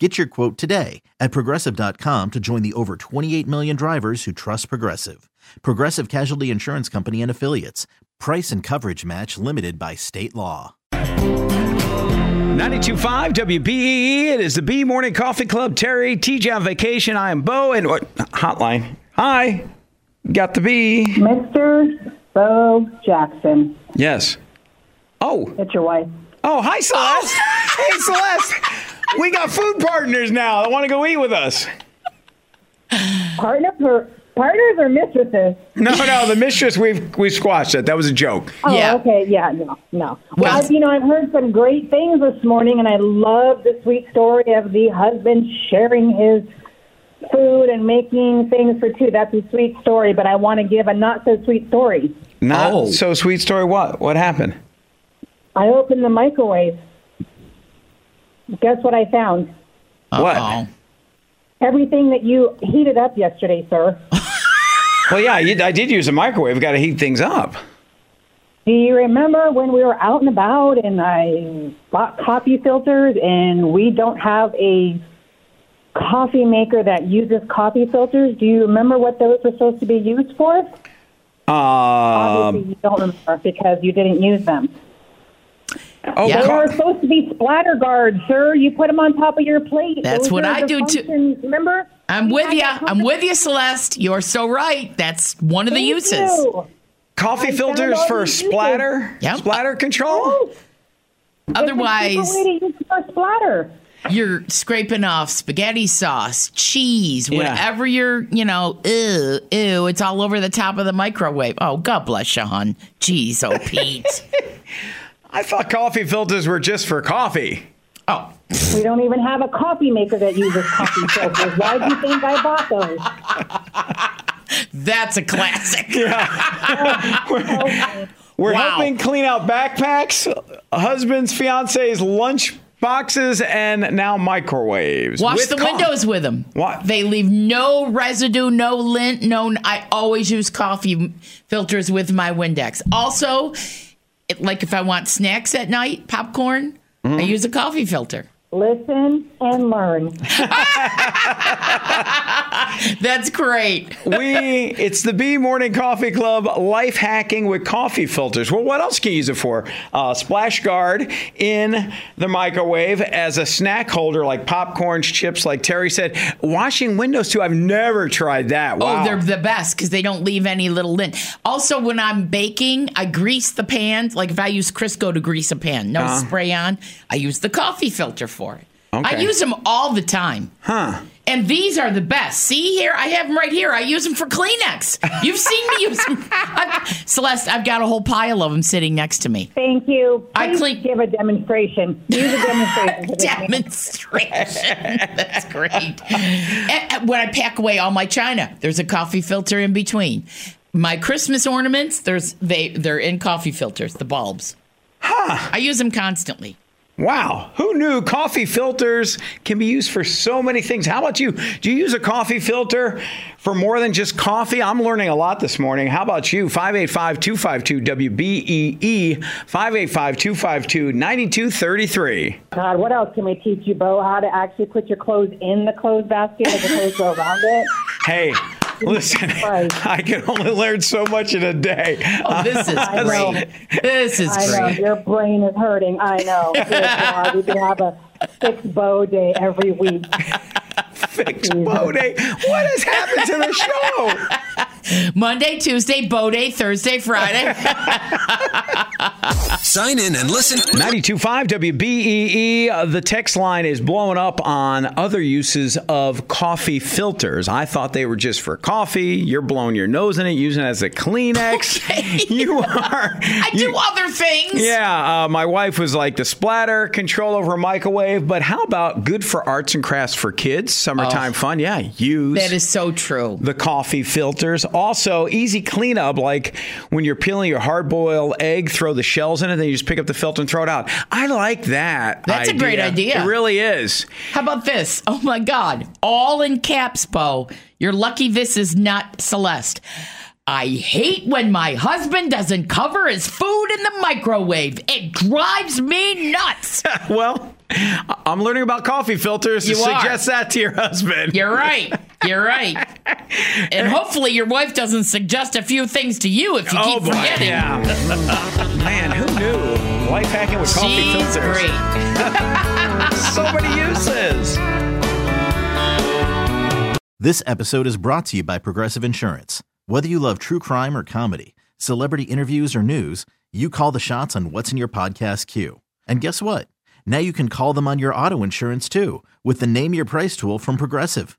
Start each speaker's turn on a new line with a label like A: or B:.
A: Get your quote today at progressive.com to join the over 28 million drivers who trust Progressive. Progressive Casualty Insurance Company and Affiliates. Price and coverage match limited by state law.
B: 92.5 WBEE. E It is the B Morning Coffee Club. Terry, TJ on vacation. I am Bo. And what? Hotline. Hi. Got the B.
C: Mr. Bo Jackson.
B: Yes. Oh.
C: It's your wife.
B: Oh, hi, Celeste.
D: Oh.
B: hey, Celeste. We got food partners now that want to go eat with us.
C: Partner per, partners or mistresses?
B: No, no, the mistress, we've, we've squashed that. That was a joke.
C: Oh,
D: Yeah.
C: okay. Yeah, no, no. Well,
D: Well-
C: I've, you know, I've heard some great things this morning, and I love the sweet story of the husband sharing his food and making things for two. That's a sweet story, but I want to give a not so sweet story.
B: Not
D: Oh.
B: so sweet story. What? What happened?
C: I opened the microwave. Guess what I found?
B: What?
C: Everything that you heated up yesterday, sir.
B: Well, yeah, you, I did use a microwave. Got to heat things up.
C: Do you remember when we were out and about and I bought coffee filters and we don't have a coffee maker that uses coffee filters? Do you remember what those were supposed to be used for?
B: Um,
C: Obviously, you don't remember because you didn't use them.
B: oh,
D: Yeah.
C: They
B: co-
C: were supposed to be splatter guards, sir. You put them on top of your plate.
D: That's
C: Those
D: what
C: are
D: I
C: the
D: do, too.
C: functions, Remember?
D: I'm
C: We
D: with
C: had
D: you.
C: that
D: I'm with you,
C: conversation.
D: Celeste. You're so right. That's one of the
C: Thank
D: uses.
C: you.
B: coffee
C: found
B: filters
C: all
B: for
C: these uses.
B: splatter?
D: Yep.
B: Splatter control?
C: Oh,
D: Otherwise,
C: There's a different way to use for splatter.
D: you're scraping off spaghetti sauce, cheese,
B: Yeah.
D: whatever you're, you know, ew, ew, it's all over the top of the microwave. Oh, God bless you, hon. Jeez, oh, Pete.
B: I thought coffee filters were just for coffee.
D: oh,
C: We don't even have a coffee maker that uses coffee filters. Why do you think I bought those?
D: that's a classic.
B: We're
D: Wow.
B: helping clean out backpacks, husbands, fiancés, lunch boxes, and now microwaves.
D: Wash
B: With
D: the
B: co-
D: windows with them.
B: What?
D: They leave no residue, no lint, no. I always use coffee filters with my Windex. Also, it, like if I want snacks at night, popcorn, I use a coffee filter.
C: Listen and learn.
D: That's great.
B: we it's the B Morning Coffee Club life hacking with coffee filters. Well, what else can you use it for? Uh, splash guard in the microwave as a snack holder, like popcorns, chips, like Terry said. Washing windows too. I've never tried that. Wow.
D: Oh, they're the best because they don't leave any little lint. Also, when I'm baking, I grease the pans. Like if I use Crisco to grease a pan, no
B: Uh-huh.
D: spray on. I use the coffee filter for it. I
B: Okay.
D: use them all the time. Huh. And these are the best. See here, I have them right here. I use them for Kleenex. You've seen me use them. I've- Celeste, I've got a whole pile of them sitting next to me.
C: Thank you.
D: I
C: Please
D: clean-
C: Give a demonstration. Use a demonstration. for this man.
D: demonstration. That's great. And- and when I pack away all my china, there's a coffee filter in between. My Christmas ornaments, there's they they're in coffee filters, the bulbs. I use them constantly.
B: Wow, who knew coffee filters can be used for so many things? How about you? Do you use a coffee filter for more than just coffee? I'm learning a lot this morning. How about you? 585 252 WBEE, 585 252 9233.
C: God, what else can we teach you, Bo? How to actually put your clothes in the clothes basket as opposed to around it?
B: Hey, listen,
C: Christ.
B: I can only learn so much in a day.
D: Oh, this is
C: know.
D: great. This is
C: I know
D: great.
C: your brain is hurting. I know. Good God, we could have a six Bo day every week.
B: Fix Bode. What has happened to the show?
D: Monday, Tuesday, Bo Day, Thursday, Friday.
E: Sign in and listen.
B: 925 WBEE. Uh, The text line is blowing up on other uses of coffee filters. I thought they were just for coffee. You're blowing your nose in it, using it as a Kleenex. You are.
D: I do other things.
B: Yeah, uh, my wife was like the splatter control over a microwave, but how about good for
D: Oh.
B: arts and crafts for kids? Summertime fun. Yeah, use
D: That is so true.
B: the coffee filters also easy cleanup, like when you're peeling your hard boiled egg, throw the shells in it, then you just pick up the filter and throw it out. I like that.
D: That's a great idea.
B: It really is.
D: How about this? Oh my God. All in caps, Bo. You're lucky this is not Celeste. I hate when my husband doesn't cover his food in the microwave. It drives me nuts.
B: Well, I- I'm learning about coffee filters.
D: You
B: so
D: are.
B: suggest that to your husband.
D: You're right. You're right. And hopefully your wife doesn't suggest a few things to you if you
B: oh
D: keep
B: boy,
D: forgetting.
B: yeah. Man, who knew? Life hacking with coffee
D: She's
B: filters.
D: great.
B: So many uses.
A: This episode is brought to you by Progressive Insurance. Whether you love true crime or comedy, celebrity interviews or news, you call the shots on what's in your podcast queue. And guess what? Now you can call them on your auto insurance too with the Name Your Price tool from Progressive.